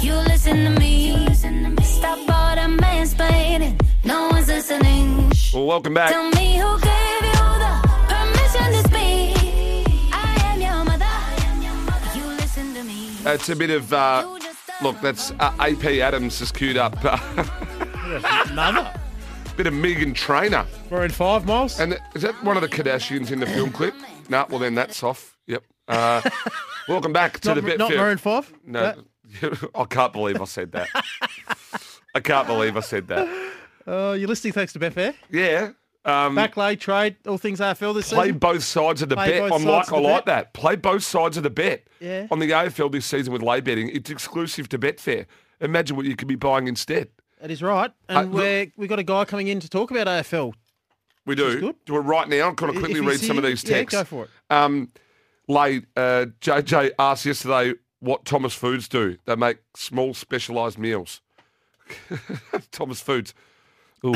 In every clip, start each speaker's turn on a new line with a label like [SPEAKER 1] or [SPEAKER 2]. [SPEAKER 1] You listen to me. Stop all that mansplaining. No one's listening.
[SPEAKER 2] Well, welcome back.
[SPEAKER 1] Tell me who gave you the permission to speak. I am your mother. You listen to me.
[SPEAKER 2] It's a bit of uh, look. That's uh, AP Adams has queued up. uh,
[SPEAKER 3] Another.
[SPEAKER 2] bit of Megan Trainer,
[SPEAKER 3] We're in five miles.
[SPEAKER 2] and is that one of the Kardashians in the film clip? No. Well, then that's off. Yep. Uh, welcome back to
[SPEAKER 3] not,
[SPEAKER 2] the Betfair.
[SPEAKER 3] not Maroon Five.
[SPEAKER 2] No, I can't believe I said that. I can't believe I said that.
[SPEAKER 3] Uh, you're listening thanks to
[SPEAKER 2] Mm.
[SPEAKER 3] Betfair.
[SPEAKER 2] Yeah. Um,
[SPEAKER 3] Backlay trade, all things AFL this
[SPEAKER 2] play
[SPEAKER 3] season.
[SPEAKER 2] both sides of the
[SPEAKER 3] Play
[SPEAKER 2] bet.
[SPEAKER 3] both
[SPEAKER 2] I'm like,
[SPEAKER 3] sides
[SPEAKER 2] I
[SPEAKER 3] of the
[SPEAKER 2] like
[SPEAKER 3] bet.
[SPEAKER 2] that. Play both sides of the bet.
[SPEAKER 3] Yeah.
[SPEAKER 2] On the AFL this season with lay betting, it's exclusive to Betfair. Imagine what you could be buying instead.
[SPEAKER 3] That is right.
[SPEAKER 2] Uh,
[SPEAKER 3] And
[SPEAKER 2] look-
[SPEAKER 3] we're, we've got a guy coming in to talk about AFL.
[SPEAKER 2] We do.
[SPEAKER 3] good.
[SPEAKER 2] Do it right now. I'm going to
[SPEAKER 3] If
[SPEAKER 2] quickly
[SPEAKER 3] he's
[SPEAKER 2] read some of
[SPEAKER 3] here,
[SPEAKER 2] these
[SPEAKER 3] yeah,
[SPEAKER 2] texts.
[SPEAKER 3] go for it.
[SPEAKER 2] Um, lay, uh, JJ asked yesterday what Thomas Foods do. They make small, specialised meals. Thomas Foods. Ooh,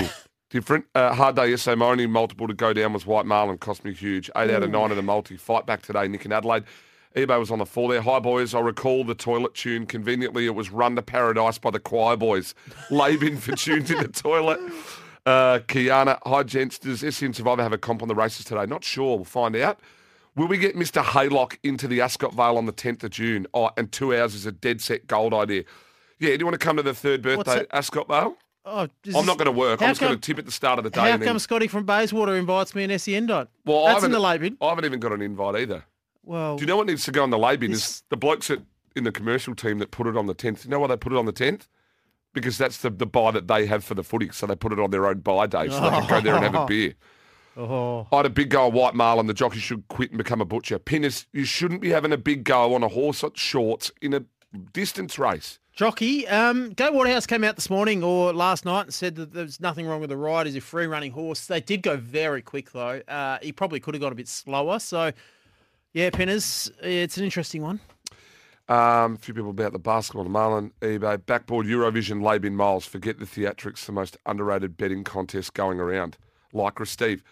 [SPEAKER 2] different. Uh, hard day yesterday. My only multiple to go down was White Marlin. Cost me huge. Eight out of nine in the multi. Fight back today, Nick and Adelaide. eBay was on the floor there. Hi, boys. I recall the toilet tune. Conveniently, it was Run to Paradise by the Choir Boys. Labin for tuned in the toilet. Uh, Kiana, hi, gents. Does SN Survivor have a comp on the races today? Not sure. We'll find out. Will we get Mr. Haylock into the Ascot Vale on the 10th of June? Oh, and two hours is a dead set gold idea. Yeah, do you want to come to the third birthday,
[SPEAKER 3] that?
[SPEAKER 2] Ascot Vale?
[SPEAKER 3] Oh, is
[SPEAKER 2] I'm
[SPEAKER 3] this-
[SPEAKER 2] not going to work. I'm
[SPEAKER 3] how
[SPEAKER 2] just going
[SPEAKER 3] come-
[SPEAKER 2] to tip at the start of the day.
[SPEAKER 3] How
[SPEAKER 2] and then-
[SPEAKER 3] come Scotty from Bayswater invites me and SEN don't?
[SPEAKER 2] Well, I
[SPEAKER 3] That's in the
[SPEAKER 2] haven't-
[SPEAKER 3] late bid.
[SPEAKER 2] I haven't even got an invite either.
[SPEAKER 3] Well,
[SPEAKER 2] Do you know what needs to go on the lay bin? Is
[SPEAKER 3] This-
[SPEAKER 2] the blokes that, in the commercial team that put it on the 10th. You know why they put it on the 10th? Because that's the, the buy that they have for the footy. So they put it on their own buy day so they can go there and have a beer.
[SPEAKER 3] oh,
[SPEAKER 2] I had a big go on White Marlin. The jockey should quit and become a butcher. Pinners, you shouldn't be having a big go on a horse at shorts in a distance race.
[SPEAKER 3] jockey. Um, Go Waterhouse came out this morning or last night and said that there's nothing wrong with the ride. He's a free running horse. They did go very quick though. Uh, he probably could have got a bit slower. So, yeah, Penners, it's an interesting one.
[SPEAKER 2] Um, a few people about the basketball, the Marlin, eBay, backboard, Eurovision, Labin Miles. Forget the theatrics, the most underrated betting contest going around. Lycra Steve.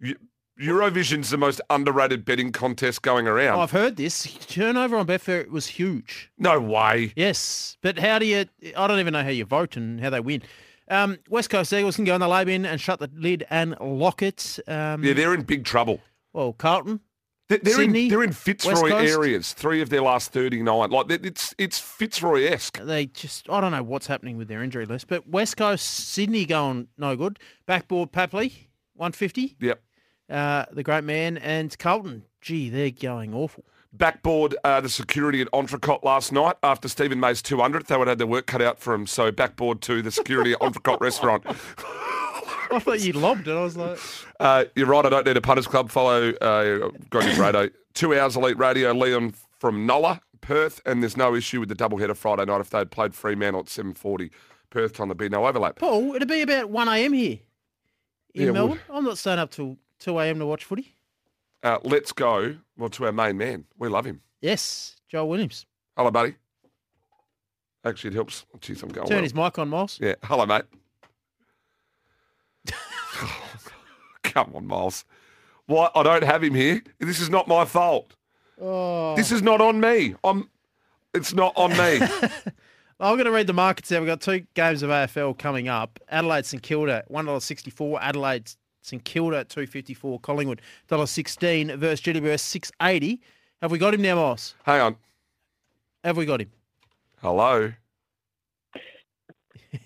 [SPEAKER 2] Eu- Eurovision's the most underrated betting contest going around.
[SPEAKER 3] I've heard this turnover on Betfair was huge.
[SPEAKER 2] no way.
[SPEAKER 3] Yes, but how do you? I don't even know how you vote and how they win. Um, West Coast Eagles can go in the lay bin and shut the lid and lock it. Um,
[SPEAKER 2] Yeah, they're in big trouble.
[SPEAKER 3] Well, Carlton.
[SPEAKER 2] They're, they're in,
[SPEAKER 3] Sydney,
[SPEAKER 2] they're in Fitzroy
[SPEAKER 3] Coast.
[SPEAKER 2] areas, three of their last 39. Like, it- it's, it's Fitzroy esque.
[SPEAKER 3] They just, I don't know what's happening with their injury list, but West Coast, Sydney going no good. Backboard Papley, 150,
[SPEAKER 2] Yep.
[SPEAKER 3] uh, the great man, and Carlton. Gee, they're going awful.
[SPEAKER 2] Backboard uh, the security at Entrecot last night after Stephen May's 200th. They would have their work cut out for them. So backboard to the security at Entrecot restaurant.
[SPEAKER 3] I thought you lobbed it. I was like,
[SPEAKER 2] Uh, you're right. I don't need a punters club. Follow uh, Groggy Radio. Two hours elite radio. Leon from Nola, Perth, and there's no issue with the doubleheader Friday night if they had played Fremantle at 7:40 Perth time. There'd be no overlap.
[SPEAKER 3] Paul, it'd be about 1 a.m. here in
[SPEAKER 2] Yeah, it
[SPEAKER 3] Melbourne. I'm not staying up till 2 a.m. to watch footy.
[SPEAKER 2] Uh, let's go. Well, to our main man. We love him.
[SPEAKER 3] Yes, Joel Williams.
[SPEAKER 2] Hello, buddy. Actually, it helps. Jeez, I'm going.
[SPEAKER 3] Turn
[SPEAKER 2] Oh, well.
[SPEAKER 3] his mic on, Miles.
[SPEAKER 2] Yeah. Hello, mate. Come on, Miles. Why I don't have him here. This is not my fault.
[SPEAKER 3] Oh.
[SPEAKER 2] This is not on me. I'm it's not on me.
[SPEAKER 3] I'm going to read the markets there. We've got two games of AFL coming up. Adelaide St Kilda, $1.64. Adelaide St Kilda, two fifty four. Collingwood, $1.16 versus GWS, six eighty. Have we got him now, Miles?
[SPEAKER 2] Hang on.
[SPEAKER 3] Have we got him?
[SPEAKER 2] Hello.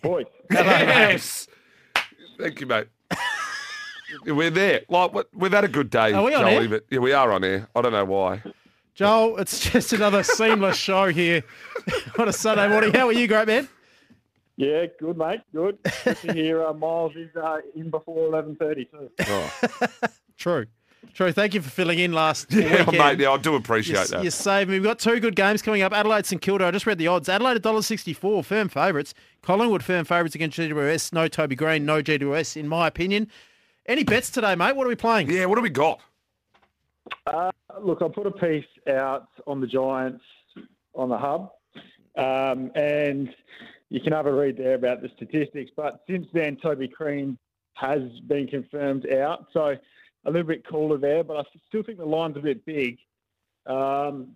[SPEAKER 4] Boys,
[SPEAKER 2] Yes. Thank you, mate. We're there. Like what- we've had a good day,
[SPEAKER 3] Are we on
[SPEAKER 2] Joel
[SPEAKER 3] air?
[SPEAKER 2] But yeah, we are on air. I don't know why.
[SPEAKER 3] Joel, it's just another seamless show here on a Sunday morning. How are you, great man?
[SPEAKER 4] yeah, good mate, good. Good to hear. Uh, Miles is uh, in before eleven thirty too.
[SPEAKER 2] Oh.
[SPEAKER 3] True. True. Thank you for filling in last
[SPEAKER 2] Yeah,
[SPEAKER 3] weekend.
[SPEAKER 2] mate, yeah, I do appreciate
[SPEAKER 3] You,
[SPEAKER 2] that.
[SPEAKER 3] you saved me. We've got two good games coming up. Adelaide St Kilda. I just read the odds. Adelaide $1.64, firm favourites. Collingwood firm favourites against GWS. No Toby Green, no GWS, in my opinion. Any bets today, mate? What are we playing?
[SPEAKER 2] Yeah, what have we got?
[SPEAKER 4] Look, I put a piece out on the Giants on the hub, um, and you can have a read there about the statistics. But since then, Toby Crean has been confirmed out, so a little bit cooler there. But I still think the line's a bit big. Um,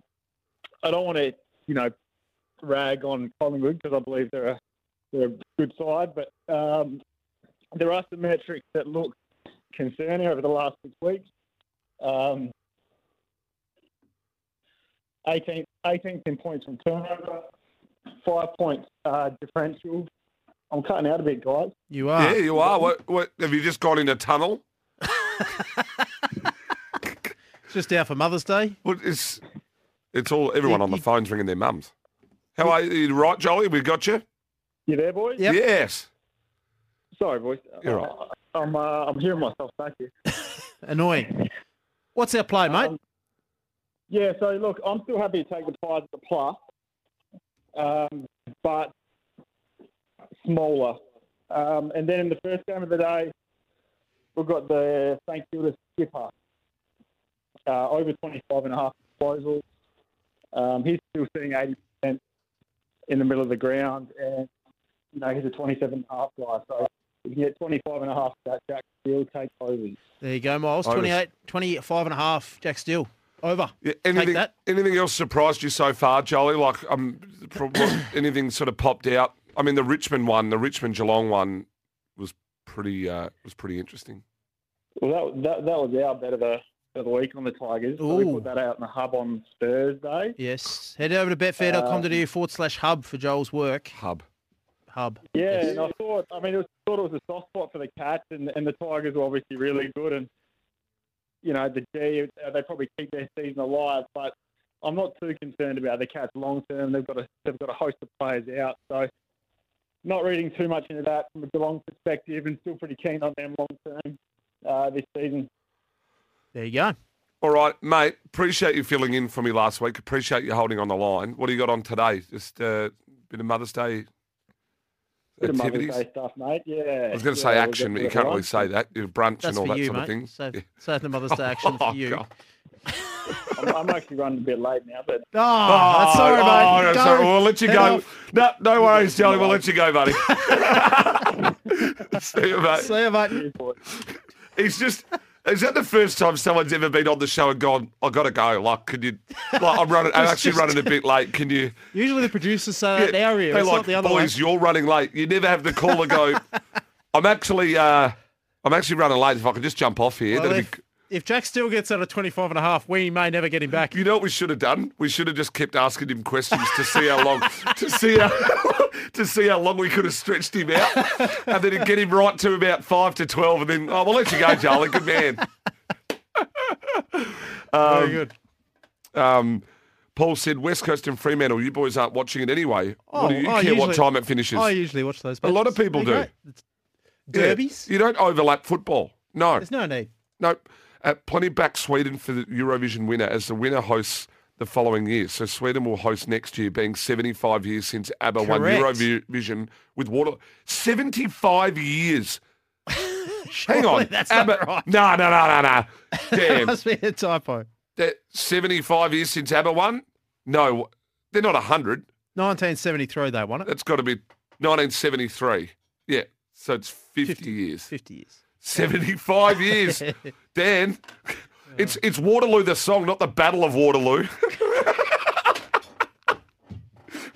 [SPEAKER 4] I don't want to, you know, rag on Collingwood because I believe they're a, they're a good side, but um, there are some metrics that look concerning over the last six weeks. Um, 18th, 18th in points from turnover, five points uh, differential. I'm cutting out a bit, guys.
[SPEAKER 3] You are.
[SPEAKER 2] yeah, you are. What, what, have you just gone in a tunnel?
[SPEAKER 3] It's Just out for Mother's Day.
[SPEAKER 2] What is? It's all everyone on the
[SPEAKER 3] you-
[SPEAKER 2] phone's ringing their mums. How are you? You right, Jolie? We got you.
[SPEAKER 4] You there, boys?
[SPEAKER 3] Yep.
[SPEAKER 2] Yes.
[SPEAKER 4] Sorry, boys.
[SPEAKER 2] You're right.
[SPEAKER 4] I'm, uh, I'm hearing myself back here.
[SPEAKER 3] Annoying. What's our play, mate?
[SPEAKER 4] Um, yeah, so look, I'm still happy to take the Pies at the plus, um, but smaller. Um, and then in the first game of the day, we've got the St Kilda skipper, uh, over 25 and a half disposals. Um, he's still sitting 80% in the middle of the ground, and you know he's a 27 and a half guy. So if you get 25 and a half, that Jack Steele takes over.
[SPEAKER 3] There you go, Miles.
[SPEAKER 2] Overs.
[SPEAKER 3] 28, 25 and a half. Jack Steele. Over.
[SPEAKER 2] Yeah, anything,
[SPEAKER 3] that.
[SPEAKER 2] anything else surprised you so far, Jolie? Like, um, pro- what- anything sort of popped out? I mean, the Richmond one, the Richmond Geelong one, was pretty uh, was pretty interesting.
[SPEAKER 4] Well, that, that, that was our bet of the, of the week on the Tigers. So we
[SPEAKER 3] Ooh.
[SPEAKER 4] put that out in the hub on Thursday.
[SPEAKER 3] Yes. Head over to
[SPEAKER 2] Um,
[SPEAKER 3] betfair.com.au forward slash hub for Joel's work.
[SPEAKER 2] Hub.
[SPEAKER 3] Hub.
[SPEAKER 4] Yeah,
[SPEAKER 3] Yes.
[SPEAKER 4] and I thought, I mean, it was, thought it was a soft spot for the Cats, and, and the Tigers were obviously really good. And, you know, the G, uh, they probably keep their season alive, but I'm not too concerned about the Cats long term. They've got a, they've got a host of players out. So, not reading too much into that from a Geelong perspective, and still pretty keen on them long term uh, this season.
[SPEAKER 3] There you go.
[SPEAKER 2] All right, mate. Appreciate you filling in for me last week. Appreciate you holding on the line. What do you got on today? Just uh, bit of Mother's Day
[SPEAKER 4] Bit of Mother's
[SPEAKER 2] activities.
[SPEAKER 4] Day stuff, mate. Yeah.
[SPEAKER 2] I was going to say action, but you can't really say that. Your brunch and
[SPEAKER 3] That's
[SPEAKER 2] all
[SPEAKER 3] for
[SPEAKER 2] that
[SPEAKER 3] you,
[SPEAKER 2] sort
[SPEAKER 3] mate.
[SPEAKER 2] of thing.
[SPEAKER 3] Save,
[SPEAKER 2] Yeah.
[SPEAKER 3] save the Mother's Day action
[SPEAKER 2] Oh,
[SPEAKER 3] for you.
[SPEAKER 2] God.
[SPEAKER 4] I'm, I'm actually running a bit late now, but
[SPEAKER 3] Oh, that's
[SPEAKER 2] Oh,
[SPEAKER 3] sorry, mate.
[SPEAKER 2] oh, that's
[SPEAKER 3] Go.
[SPEAKER 2] all right. We'll let you
[SPEAKER 3] Head
[SPEAKER 2] go.
[SPEAKER 3] off.
[SPEAKER 2] No, no worries, Johnny. We'll let you go, buddy. See you, mate.
[SPEAKER 3] See you, mate.
[SPEAKER 2] He's just. Is that the first time someone's ever been on the show and gone? I gotta go. Like, can you? Like, I'm running. I'm
[SPEAKER 3] It's
[SPEAKER 2] actually
[SPEAKER 3] just-
[SPEAKER 2] running a bit late. Can you?
[SPEAKER 3] Usually the producers say that now, here.
[SPEAKER 2] They're
[SPEAKER 3] It's
[SPEAKER 2] like,
[SPEAKER 3] not the other
[SPEAKER 2] boys, you're running late. You never have the caller go. I'm actually. uh I'm actually running late. If I could just jump off here,
[SPEAKER 3] one. Well,
[SPEAKER 2] that'd
[SPEAKER 3] if,
[SPEAKER 2] be.
[SPEAKER 3] if Jack Steele gets out of 25 and a half, we may never get him back.
[SPEAKER 2] You know what we should have done? We should have just kept asking him questions to see how long to see how to see how long we could have stretched him out, and then it'd get him right to about five to twelve, and then oh, we'll let you go, Charlie. Good man.
[SPEAKER 3] Very good.
[SPEAKER 2] Um, Paul said, "West Coast and Fremantle, you boys aren't watching it anyway. what do you care what time it finishes?
[SPEAKER 3] I usually watch those.
[SPEAKER 2] lot of
[SPEAKER 3] matches.
[SPEAKER 2] people
[SPEAKER 3] They're
[SPEAKER 2] do.
[SPEAKER 3] great. It's
[SPEAKER 2] Yeah.
[SPEAKER 3] Derbies?
[SPEAKER 2] You don't overlap football. No,
[SPEAKER 3] There's no need.
[SPEAKER 2] Nope. Uh, plenty back Sweden for the Eurovision winner as the winner hosts the following year. So Sweden will host next year, being 75 years since ABBA won
[SPEAKER 3] Correct.
[SPEAKER 2] Eurovision with water. 75 years. Hang
[SPEAKER 3] Surely
[SPEAKER 2] on.
[SPEAKER 3] That's
[SPEAKER 2] ABBA.
[SPEAKER 3] not right.
[SPEAKER 2] No, no, no, no, no. Damn.
[SPEAKER 3] Must be a typo.
[SPEAKER 2] That 75 years since ABBA won? No, they're not 100.
[SPEAKER 3] 1973, they won it.
[SPEAKER 2] That's got to be 1973. Yeah. So it's 50. years.
[SPEAKER 3] 50 years.
[SPEAKER 2] 75 years. Dan, it's it's Waterloo the song, not the Battle of Waterloo.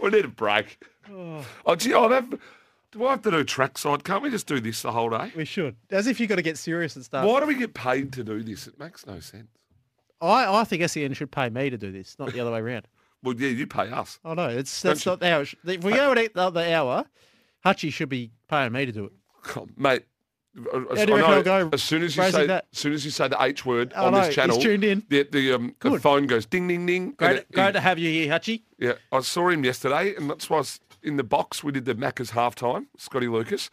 [SPEAKER 2] we need a break. Oh, gee, I'll have, do I have to do trackside? Can't we just do this the whole day?
[SPEAKER 3] We should. As if you've got to get serious and stuff.
[SPEAKER 2] Why do we get paid to do this? It makes no sense.
[SPEAKER 3] I, I think SEN should pay me to do this, not the other way around.
[SPEAKER 2] Well, yeah, you pay us.
[SPEAKER 3] I know. It's, that's
[SPEAKER 2] you-
[SPEAKER 3] not how it should. If we go at the other hour, Hutchie should be paying me to do it.
[SPEAKER 2] God, mate. I- I-
[SPEAKER 3] How do you
[SPEAKER 2] I
[SPEAKER 3] reckon
[SPEAKER 2] know,
[SPEAKER 3] I'll go
[SPEAKER 2] as soon as you
[SPEAKER 3] raising
[SPEAKER 2] say
[SPEAKER 3] that?
[SPEAKER 2] as soon as you say the H word
[SPEAKER 3] I
[SPEAKER 2] on
[SPEAKER 3] know,
[SPEAKER 2] this
[SPEAKER 3] he's
[SPEAKER 2] channel,
[SPEAKER 3] tuned in.
[SPEAKER 2] The, the, um, the
[SPEAKER 3] Good.
[SPEAKER 2] phone goes ding ding ding. and
[SPEAKER 3] Great,
[SPEAKER 2] it-
[SPEAKER 3] great to have you here, Hutchie.
[SPEAKER 2] Yeah, I saw him yesterday, and that's why I was in the box. We did the Macca's halftime, Scotty Lucas,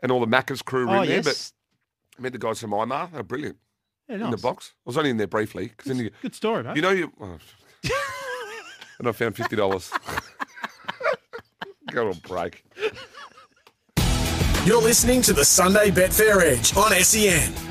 [SPEAKER 2] and all the Macca's crew were
[SPEAKER 3] Oh,
[SPEAKER 2] in there.
[SPEAKER 3] yes.
[SPEAKER 2] But I met the guys from IMAR. They're brilliant
[SPEAKER 3] Yeah,
[SPEAKER 2] in the
[SPEAKER 3] nice.
[SPEAKER 2] box. I was only in there briefly because then you,
[SPEAKER 3] Good story, mate.
[SPEAKER 2] you know you. oh. and I found fifty dollars. Go on break.
[SPEAKER 5] You're listening to the Sunday Betfair Edge on E SEN.